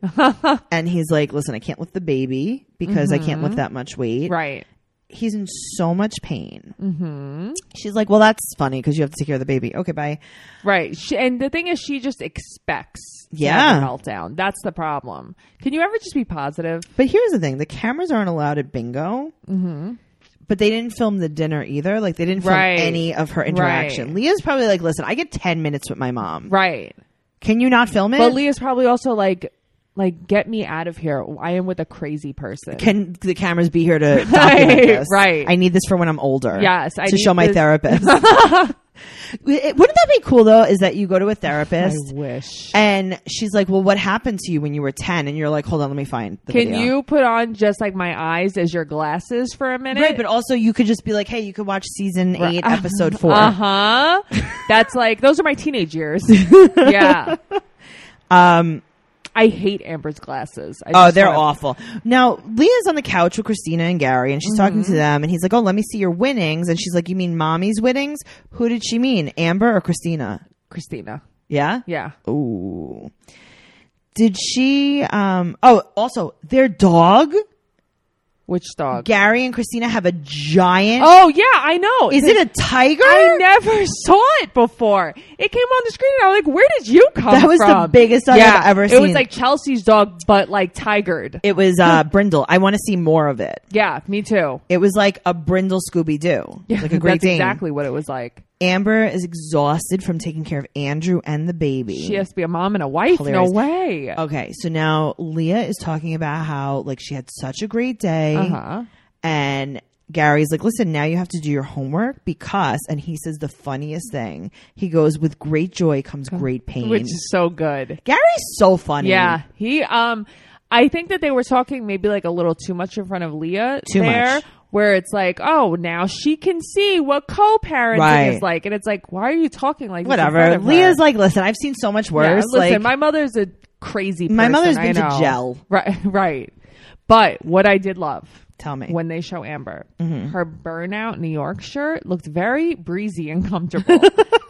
Speaker 1: and he's like, "Listen, I can't lift the baby because I can't lift that much weight."
Speaker 2: Mm-hmm. Right.
Speaker 1: He's in so much pain. Mm-hmm. She's like, "Well, that's funny because you have to take care of the baby." Okay, bye.
Speaker 2: Right. She, and the thing is, she just expects to
Speaker 1: Yeah.
Speaker 2: have a meltdown. That's the problem. Can you ever just be positive?
Speaker 1: But here's the thing: the cameras aren't allowed at bingo. Mm-hmm. But they didn't film the dinner either. Like they didn't film
Speaker 2: Right.
Speaker 1: any of her interaction.
Speaker 2: Right.
Speaker 1: Leah's probably like, "Listen, I get ten minutes with my mom.
Speaker 2: Right.
Speaker 1: Can you not film it?
Speaker 2: But Leah's probably also like, like, get me out of here. I am with a crazy person.
Speaker 1: Can the cameras be here to document
Speaker 2: Right,
Speaker 1: this?
Speaker 2: right.
Speaker 1: I need this for when I'm older.
Speaker 2: Yes, I
Speaker 1: to
Speaker 2: need
Speaker 1: show my
Speaker 2: this-
Speaker 1: therapist. It- Wouldn't that be cool though? Is that you go to a
Speaker 2: I
Speaker 1: therapist
Speaker 2: wish.
Speaker 1: and she's like, "Well, what happened to you when you were 10?" And you're like, "Hold on, let me find." The
Speaker 2: Can
Speaker 1: video."
Speaker 2: you put on just like my eyes as your glasses for a minute?
Speaker 1: Right, but also you could just be like, "Hey, you could watch season eight, episode 4
Speaker 2: uh huh. That's like those are my teenage years. yeah.
Speaker 1: Um,
Speaker 2: I hate Amber's glasses. I
Speaker 1: oh,
Speaker 2: just
Speaker 1: they're
Speaker 2: wanna-
Speaker 1: awful. Now Leah's on the couch with Christina and Gary, and she's talking
Speaker 2: Mm-hmm.
Speaker 1: to them, and he's like, "Oh, let me see your winnings," and she's like, "You mean mommy's winnings? Who did she mean, Amber or Christina?"
Speaker 2: Christina.
Speaker 1: Yeah,
Speaker 2: Yeah.
Speaker 1: Ooh. Did she um oh also their dog,
Speaker 2: Which dog?
Speaker 1: Gary and Christina have a giant
Speaker 2: oh yeah, I know.
Speaker 1: Is it a tiger?
Speaker 2: I never saw it before. It came on the screen, and I was like, "Where did you come?"
Speaker 1: That was the
Speaker 2: from?"
Speaker 1: biggest dog I've ever
Speaker 2: It was
Speaker 1: seen.
Speaker 2: like Chelsea's dog, but like tigered.
Speaker 1: it was uh Brindle. I want to see more of it.
Speaker 2: Yeah, me too.
Speaker 1: It was like a Brindle Scooby Doo. like a great
Speaker 2: That's
Speaker 1: thing.
Speaker 2: exactly what it was like.
Speaker 1: Amber is exhausted from taking care of Andrew and the baby.
Speaker 2: She has to be a mom and a wife.
Speaker 1: Hilarious. Um,
Speaker 2: No way.
Speaker 1: okay, so now Leah is talking about how like she had such a great day.
Speaker 2: Uh-huh.
Speaker 1: And Gary's like, listen, now you have to do your homework because, and he says the funniest thing. He goes, with great joy comes great pain.
Speaker 2: Which is so good.
Speaker 1: Gary's so funny.
Speaker 2: Yeah, he. Um, I think that they were talking maybe like a little too much in front of Leah
Speaker 1: Too
Speaker 2: there,
Speaker 1: much.
Speaker 2: where it's like, oh, now she can see what co-parenting
Speaker 1: Right.
Speaker 2: is like, and it's like, why are you talking like this in front
Speaker 1: Whatever.
Speaker 2: of her?
Speaker 1: Leah's like, listen, I've seen so much
Speaker 2: Yeah,
Speaker 1: worse.
Speaker 2: listen,
Speaker 1: like,
Speaker 2: my mother's a crazy. Person,
Speaker 1: My mother's
Speaker 2: I
Speaker 1: been to
Speaker 2: know.
Speaker 1: jail.
Speaker 2: Right, right. But what I did love
Speaker 1: tell me. Mm-hmm.
Speaker 2: when they show Amber, her burnout New York shirt looked very breezy and comfortable.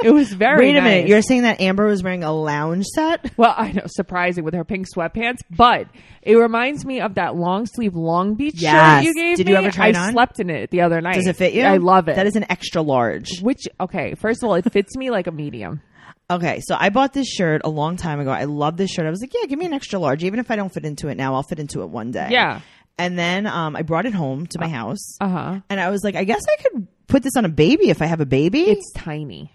Speaker 2: it was very.
Speaker 1: Wait a minute.
Speaker 2: nice.
Speaker 1: You're saying that Amber was wearing a lounge set?
Speaker 2: well, I know, surprising with her pink sweatpants, but it reminds me of that long sleeve Long Beach
Speaker 1: Yes.
Speaker 2: shirt you gave
Speaker 1: Did
Speaker 2: me.
Speaker 1: you ever try
Speaker 2: I
Speaker 1: it on?
Speaker 2: slept in it the other night.
Speaker 1: Does it fit you?
Speaker 2: I love it.
Speaker 1: That is an extra large.
Speaker 2: which okay. First of all, it fits me like a medium.
Speaker 1: Okay, so I bought this shirt a long time ago. I love this shirt. I was like, yeah, give me an extra large. Even if I don't fit into it now, I'll fit into it one day.
Speaker 2: Yeah.
Speaker 1: And then um, I brought it home to my house.
Speaker 2: Uh huh.
Speaker 1: And I was like, I guess I could put this on a baby if I have a baby.
Speaker 2: It's tiny.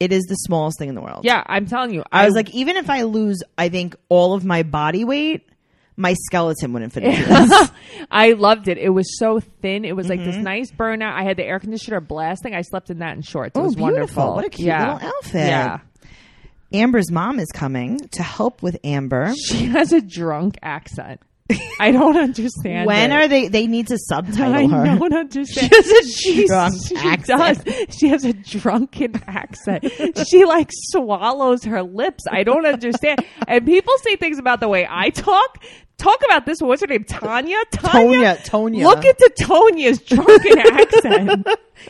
Speaker 1: it is the smallest thing in the world.
Speaker 2: Yeah, I'm telling you.
Speaker 1: I was like, even if I lose, I think all of my body weight, my skeleton wouldn't fit into this.
Speaker 2: I loved it. It was so thin. It was like
Speaker 1: Mm-hmm.
Speaker 2: this nice burnout. I had the air conditioner blasting. I slept in that in shorts. It
Speaker 1: Oh,
Speaker 2: was
Speaker 1: beautiful.
Speaker 2: wonderful.
Speaker 1: What a cute
Speaker 2: Yeah.
Speaker 1: little outfit.
Speaker 2: Yeah.
Speaker 1: Amber's mom is coming to help with Amber.
Speaker 2: She has a drunk accent. I don't understand.
Speaker 1: When
Speaker 2: it.
Speaker 1: are they? They need to subtitle
Speaker 2: I
Speaker 1: her.
Speaker 2: don't understand. She has a
Speaker 1: drunk
Speaker 2: she
Speaker 1: accent.
Speaker 2: Does. She has a drunken accent. she like swallows her lips. I don't understand. and people say things about the way I talk. Talk about this. one. What's her name? Tanya. Tanya.
Speaker 1: Tonya, Tonya.
Speaker 2: Look into Tonya's drunken accent.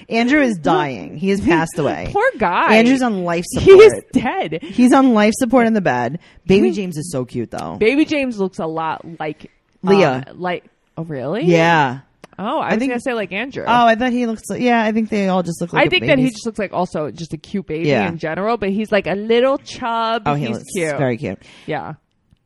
Speaker 1: Andrew is dying. He has passed away.
Speaker 2: Poor guy.
Speaker 1: Andrew's on life support.
Speaker 2: He's dead.
Speaker 1: He's on life support in the bed. Baby James is so cute though.
Speaker 2: Baby James looks a lot like uh,
Speaker 1: Leah.
Speaker 2: like oh really?
Speaker 1: yeah.
Speaker 2: Oh, I, was
Speaker 1: think-
Speaker 2: gonna say like Andrew.
Speaker 1: Oh, I thought he looks. Like, yeah, I think they all just look like.
Speaker 2: I
Speaker 1: a
Speaker 2: think that he
Speaker 1: baby's-
Speaker 2: just looks like also just a cute baby
Speaker 1: Yeah.
Speaker 2: in general, but he's like a little chub.
Speaker 1: Oh,
Speaker 2: he's
Speaker 1: he looks
Speaker 2: cute.
Speaker 1: very cute.
Speaker 2: yeah.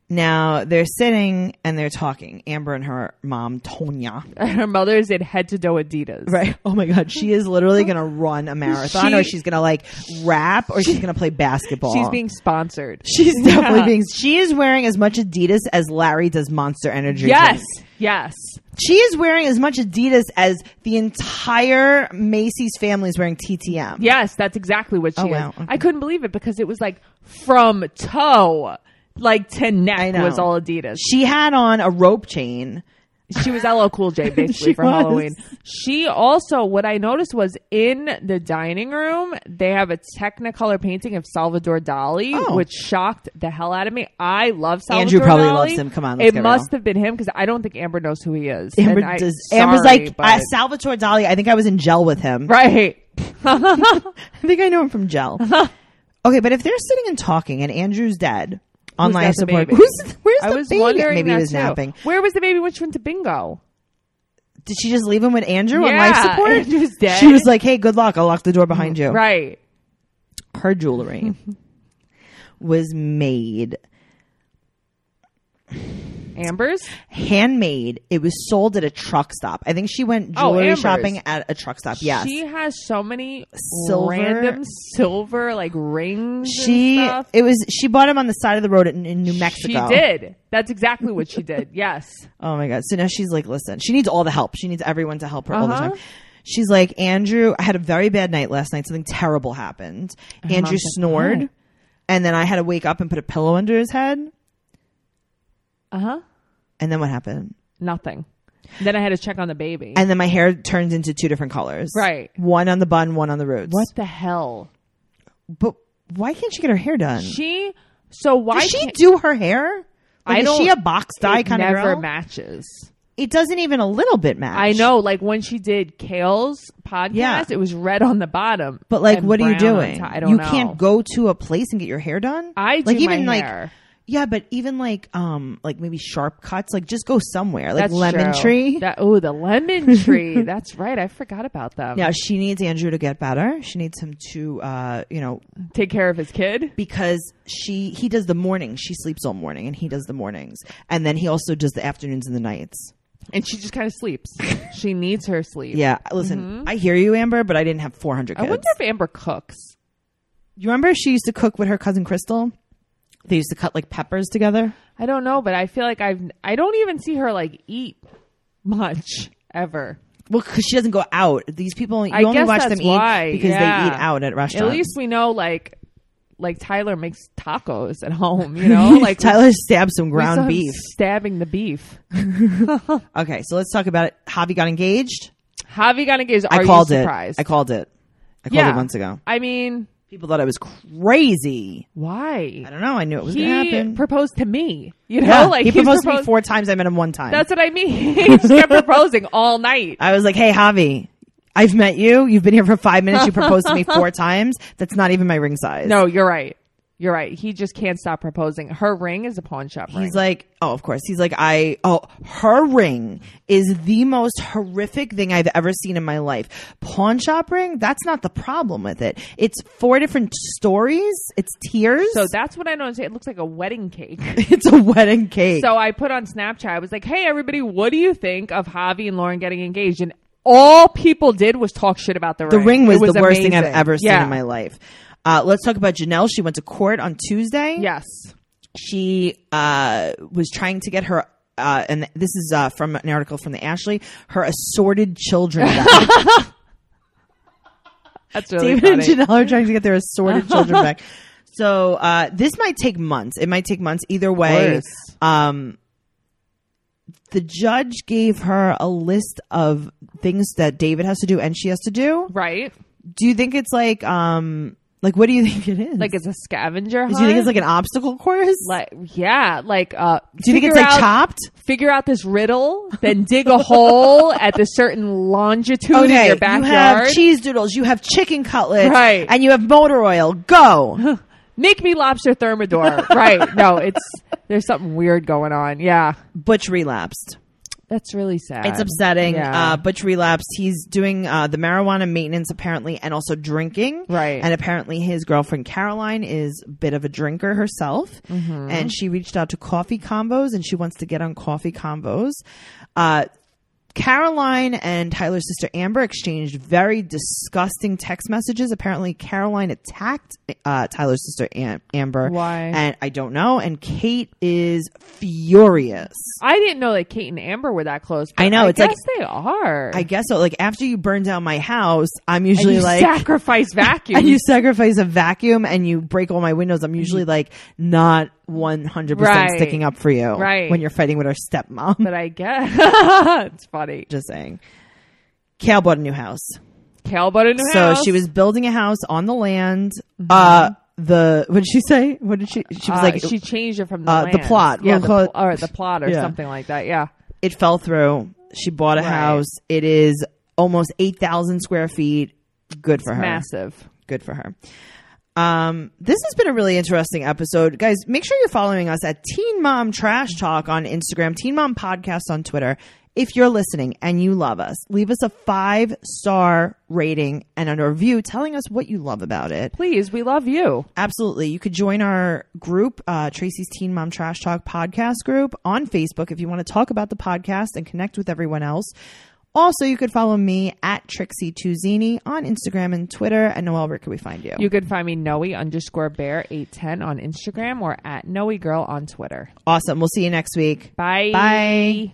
Speaker 1: Now they're sitting and they're talking. Amber and her mom, Tonya.
Speaker 2: Her mother is in head to toe Adidas.
Speaker 1: Right. Oh my God. She is literally going to run a marathon
Speaker 2: She-
Speaker 1: or she's going to like rap or she's going to play basketball.
Speaker 2: She's being sponsored.
Speaker 1: She's definitely
Speaker 2: Yeah.
Speaker 1: being. She is wearing as much Adidas as Larry does Monster Energy.
Speaker 2: Yes.
Speaker 1: drinks.
Speaker 2: Yes.
Speaker 1: She is wearing as much Adidas as the entire Macy's family is wearing TTM.
Speaker 2: Yes. That's exactly what she
Speaker 1: Oh,
Speaker 2: is.
Speaker 1: wow. Okay.
Speaker 2: I couldn't believe it because it was like from toe, like to
Speaker 1: I
Speaker 2: neck
Speaker 1: know.
Speaker 2: was all Adidas.
Speaker 1: She had on a rope chain.
Speaker 2: She was LL Cool J basically
Speaker 1: She
Speaker 2: for
Speaker 1: was.
Speaker 2: Halloween. She also, what I noticed was in the dining room, they have a Technicolor painting of Salvador Dali,
Speaker 1: Oh.
Speaker 2: which shocked the hell out of me. I love Salvador
Speaker 1: Andrew probably
Speaker 2: Dali.
Speaker 1: loves him. Come on, let's
Speaker 2: it
Speaker 1: get
Speaker 2: must have been him because I don't think Amber knows who he is.
Speaker 1: Amber
Speaker 2: And I-
Speaker 1: does,
Speaker 2: sorry,
Speaker 1: Amber's like
Speaker 2: but-
Speaker 1: uh, Salvatore Dali. I think I was in gel with him.
Speaker 2: right.
Speaker 1: I think I know him from gel.
Speaker 2: Uh-huh.
Speaker 1: okay, but if they're sitting and talking and Andrew's dead on
Speaker 2: Who's
Speaker 1: life
Speaker 2: got the
Speaker 1: support,
Speaker 2: baby?
Speaker 1: who's, where's
Speaker 2: I
Speaker 1: the
Speaker 2: was
Speaker 1: baby?
Speaker 2: wondering.
Speaker 1: Maybe
Speaker 2: that
Speaker 1: he was
Speaker 2: too.
Speaker 1: napping.
Speaker 2: Where was the baby when she went to bingo?
Speaker 1: Did she just leave him with Andrew on
Speaker 2: Yeah,
Speaker 1: life support?
Speaker 2: Andrew's dead.
Speaker 1: She was like, "Hey, good luck. I'll lock the door behind you."
Speaker 2: Right.
Speaker 1: her jewelry was made
Speaker 2: Amber's.
Speaker 1: handmade. It was sold at a truck stop. I think she went
Speaker 2: Oh,
Speaker 1: jewelry
Speaker 2: Amber's.
Speaker 1: shopping at a truck stop. Yes.
Speaker 2: She has so many
Speaker 1: Silver-
Speaker 2: random silver like rings. and
Speaker 1: She
Speaker 2: stuff.
Speaker 1: it was she bought him on the side of the road in, in New Mexico.
Speaker 2: She did. That's exactly what she did. Yes.
Speaker 1: Oh my god. So now she's like, listen, she needs all the help. She needs everyone to help her all the
Speaker 2: Uh-huh.
Speaker 1: time. She's like, Andrew, I had a very bad night last night. Something terrible happened. Andrew
Speaker 2: mom's like,
Speaker 1: snored,
Speaker 2: "What?"
Speaker 1: and then I had to wake up and put a pillow under his head.
Speaker 2: Uh
Speaker 1: Uh-huh.
Speaker 2: huh.
Speaker 1: And then what happened?
Speaker 2: Nothing. Then I had to check on the baby.
Speaker 1: And then my hair turned into two different colors.
Speaker 2: Right.
Speaker 1: One on the bun, one on the roots.
Speaker 2: what the hell?
Speaker 1: But why can't she get her hair done?
Speaker 2: She. So why
Speaker 1: Does she
Speaker 2: can't-
Speaker 1: do her hair? Like,
Speaker 2: I
Speaker 1: is
Speaker 2: don't-
Speaker 1: she a box dye
Speaker 2: it
Speaker 1: kind of
Speaker 2: never
Speaker 1: girl?
Speaker 2: matches.
Speaker 1: it doesn't even a little bit match.
Speaker 2: I know. Like when she did Kale's podcast,
Speaker 1: Yeah.
Speaker 2: it was red on the bottom.
Speaker 1: But like,
Speaker 2: and
Speaker 1: what are you
Speaker 2: brown on
Speaker 1: doing?
Speaker 2: top. I don't
Speaker 1: you
Speaker 2: know.
Speaker 1: can't go to a place and get your hair done.
Speaker 2: I do
Speaker 1: like even
Speaker 2: my
Speaker 1: like
Speaker 2: hair.
Speaker 1: yeah, but even like um like maybe sharp cuts. Like just go somewhere like
Speaker 2: That's
Speaker 1: lemon
Speaker 2: true.
Speaker 1: tree.
Speaker 2: That, oh, the lemon tree. That's right. I forgot about them.
Speaker 1: now she needs Andrew to get better. She needs him to uh you know
Speaker 2: Take care of his kid.
Speaker 1: because she he does the mornings. She sleeps all morning and he does the mornings and then he also does the afternoons and the nights.
Speaker 2: And she just kind of sleeps. she needs her sleep.
Speaker 1: Yeah, listen, I hear you, Amber, but I didn't have 400
Speaker 2: Mm-hmm. I
Speaker 1: kids.
Speaker 2: wonder if Amber cooks.
Speaker 1: you remember she used to cook with her cousin Crystal? They used to cut like peppers together.
Speaker 2: I don't know, but I feel like I've I don't even see her like eat much ever.
Speaker 1: Well, because she doesn't go out. These people, you
Speaker 2: I
Speaker 1: only
Speaker 2: guess
Speaker 1: watch
Speaker 2: that's
Speaker 1: them
Speaker 2: why.
Speaker 1: eat because
Speaker 2: yeah.
Speaker 1: they eat out at restaurants.
Speaker 2: At least we know like like Tyler makes tacos at home. You know, like
Speaker 1: Tyler stabbed some
Speaker 2: we saw
Speaker 1: ground
Speaker 2: him
Speaker 1: beef.
Speaker 2: stabbing the beef.
Speaker 1: Okay, so let's talk about it. Javi got engaged.
Speaker 2: Javi got engaged. Are
Speaker 1: I called
Speaker 2: you
Speaker 1: it.
Speaker 2: surprised?
Speaker 1: I called it. I called
Speaker 2: yeah.
Speaker 1: it months ago.
Speaker 2: I mean,
Speaker 1: People thought I was crazy.
Speaker 2: why?
Speaker 1: I don't know. I knew it was
Speaker 2: he
Speaker 1: going to happen.
Speaker 2: proposed to me. You know,
Speaker 1: Yeah,
Speaker 2: like
Speaker 1: he
Speaker 2: he's
Speaker 1: proposed to me
Speaker 2: proposed-
Speaker 1: four times. I met him one time.
Speaker 2: That's what I mean. he just kept proposing all night.
Speaker 1: I was like, "Hey, Javi, I've met you. You've been here for five minutes. You proposed to me four times. That's not even my ring size."
Speaker 2: No, you're right. You're right. He just can't stop proposing. Her ring is a pawn shop ring.
Speaker 1: He's like, oh, of course. He's like, I, oh, her ring is the most horrific thing I've ever seen in my life. Pawn shop ring, that's not the problem with it. It's four different stories, it's tears.
Speaker 2: so that's what I don't understand. It looks like a wedding cake.
Speaker 1: it's a wedding cake.
Speaker 2: So I put on Snapchat. I was like, "Hey, everybody, what do you think of Javi and Lauren getting engaged?" And all people did was talk shit about the ring.
Speaker 1: the ring was,
Speaker 2: It was
Speaker 1: the worst thing I've
Speaker 2: amazing.
Speaker 1: ever seen
Speaker 2: Yeah.
Speaker 1: in my life. Uh, let's talk about Janelle. She went to court on Tuesday.
Speaker 2: Yes.
Speaker 1: she uh, was trying to get her. Uh, and this is uh, from an article from the Ashley. Her assorted children. Back.
Speaker 2: That's really
Speaker 1: David and
Speaker 2: funny.
Speaker 1: Janelle are trying to get their assorted children back. So uh, this might take months. It might take months either way.
Speaker 2: course.
Speaker 1: Um, the judge gave her a list of things that David has to do and she has to do.
Speaker 2: right?
Speaker 1: Do you think it's like, um, like what do you think it is?
Speaker 2: Like it's a scavenger hunt.
Speaker 1: do you think it's like an obstacle course?
Speaker 2: like yeah, like uh
Speaker 1: do you think it's
Speaker 2: figure
Speaker 1: like
Speaker 2: out-
Speaker 1: chopped?
Speaker 2: figure out this riddle, then dig a hole at the certain longitude in your
Speaker 1: You have
Speaker 2: backyard.
Speaker 1: cheese doodles, you have chicken cutlets,
Speaker 2: Right.
Speaker 1: and you have motor oil. Go.
Speaker 2: Make me lobster thermidor. right. No, it's there's something weird going on. Yeah.
Speaker 1: Butch relapsed.
Speaker 2: That's really sad.
Speaker 1: It's upsetting.
Speaker 2: Yeah.
Speaker 1: Uh, Butch relapsed. He's doing uh, the marijuana maintenance apparently, and also drinking.
Speaker 2: Right.
Speaker 1: And apparently, his girlfriend Caroline is a bit of a drinker herself,
Speaker 2: Mm-hmm.
Speaker 1: and she reached out to Coffee Combos, and she wants to get on Coffee Combos. Uh, Caroline and Tyler's sister Amber exchanged very disgusting text messages. Apparently, Caroline attacked uh, Tyler's sister Am- Amber.
Speaker 2: Why?
Speaker 1: And I don't know. And Kate is furious.
Speaker 2: I didn't know that Kate and Amber were that close. but
Speaker 1: I know, it's
Speaker 2: guess
Speaker 1: like-
Speaker 2: they are.
Speaker 1: I guess so. Like after you burn down my house, I'm
Speaker 2: and
Speaker 1: usually
Speaker 2: you
Speaker 1: like,
Speaker 2: sacrifice vacuum.
Speaker 1: and you sacrifice a vacuum and you break all my windows. I'm usually like not 100
Speaker 2: Mm-hmm. Right.
Speaker 1: percent sticking up for you
Speaker 2: Right.
Speaker 1: when you're fighting with our stepmom.
Speaker 2: but I guess it's funny.
Speaker 1: Just saying. Cal bought a new house.
Speaker 2: Kale bought a new
Speaker 1: so
Speaker 2: house. Mm-hmm.
Speaker 1: she was building a house on the land. Uh, the what did she say? What did she? She was
Speaker 2: Uh,
Speaker 1: like,
Speaker 2: she changed it from the,
Speaker 1: uh, the
Speaker 2: land.
Speaker 1: plot.
Speaker 2: yeah,
Speaker 1: We'll
Speaker 2: the
Speaker 1: call
Speaker 2: pl- or the plot or
Speaker 1: Yeah.
Speaker 2: something like that. Yeah,
Speaker 1: it fell through. She bought a
Speaker 2: Right.
Speaker 1: house. It is almost 8,000 square feet. Good for her.
Speaker 2: massive.
Speaker 1: good for her. Um, this has been a really interesting episode, guys. Make sure you're following us at Teen Mom Trash Talk on Instagram, Teen Mom Podcast on Twitter. If you're listening and you love us, leave us a five star rating and a review telling us what you love about it.
Speaker 2: Please, we love you.
Speaker 1: Absolutely. You could join our group, uh, Tracy's Teen Mom Trash Talk podcast group on Facebook if you want to talk about the podcast and connect with everyone else. Also, you could follow me at Trixie Tuzini on Instagram and Twitter. And Noel, where can we find you?
Speaker 2: You can find me Noe underscore bear eight ten on Instagram or at Noe girl on Twitter.
Speaker 1: Awesome. We'll see you next week.
Speaker 2: Bye.
Speaker 1: Bye.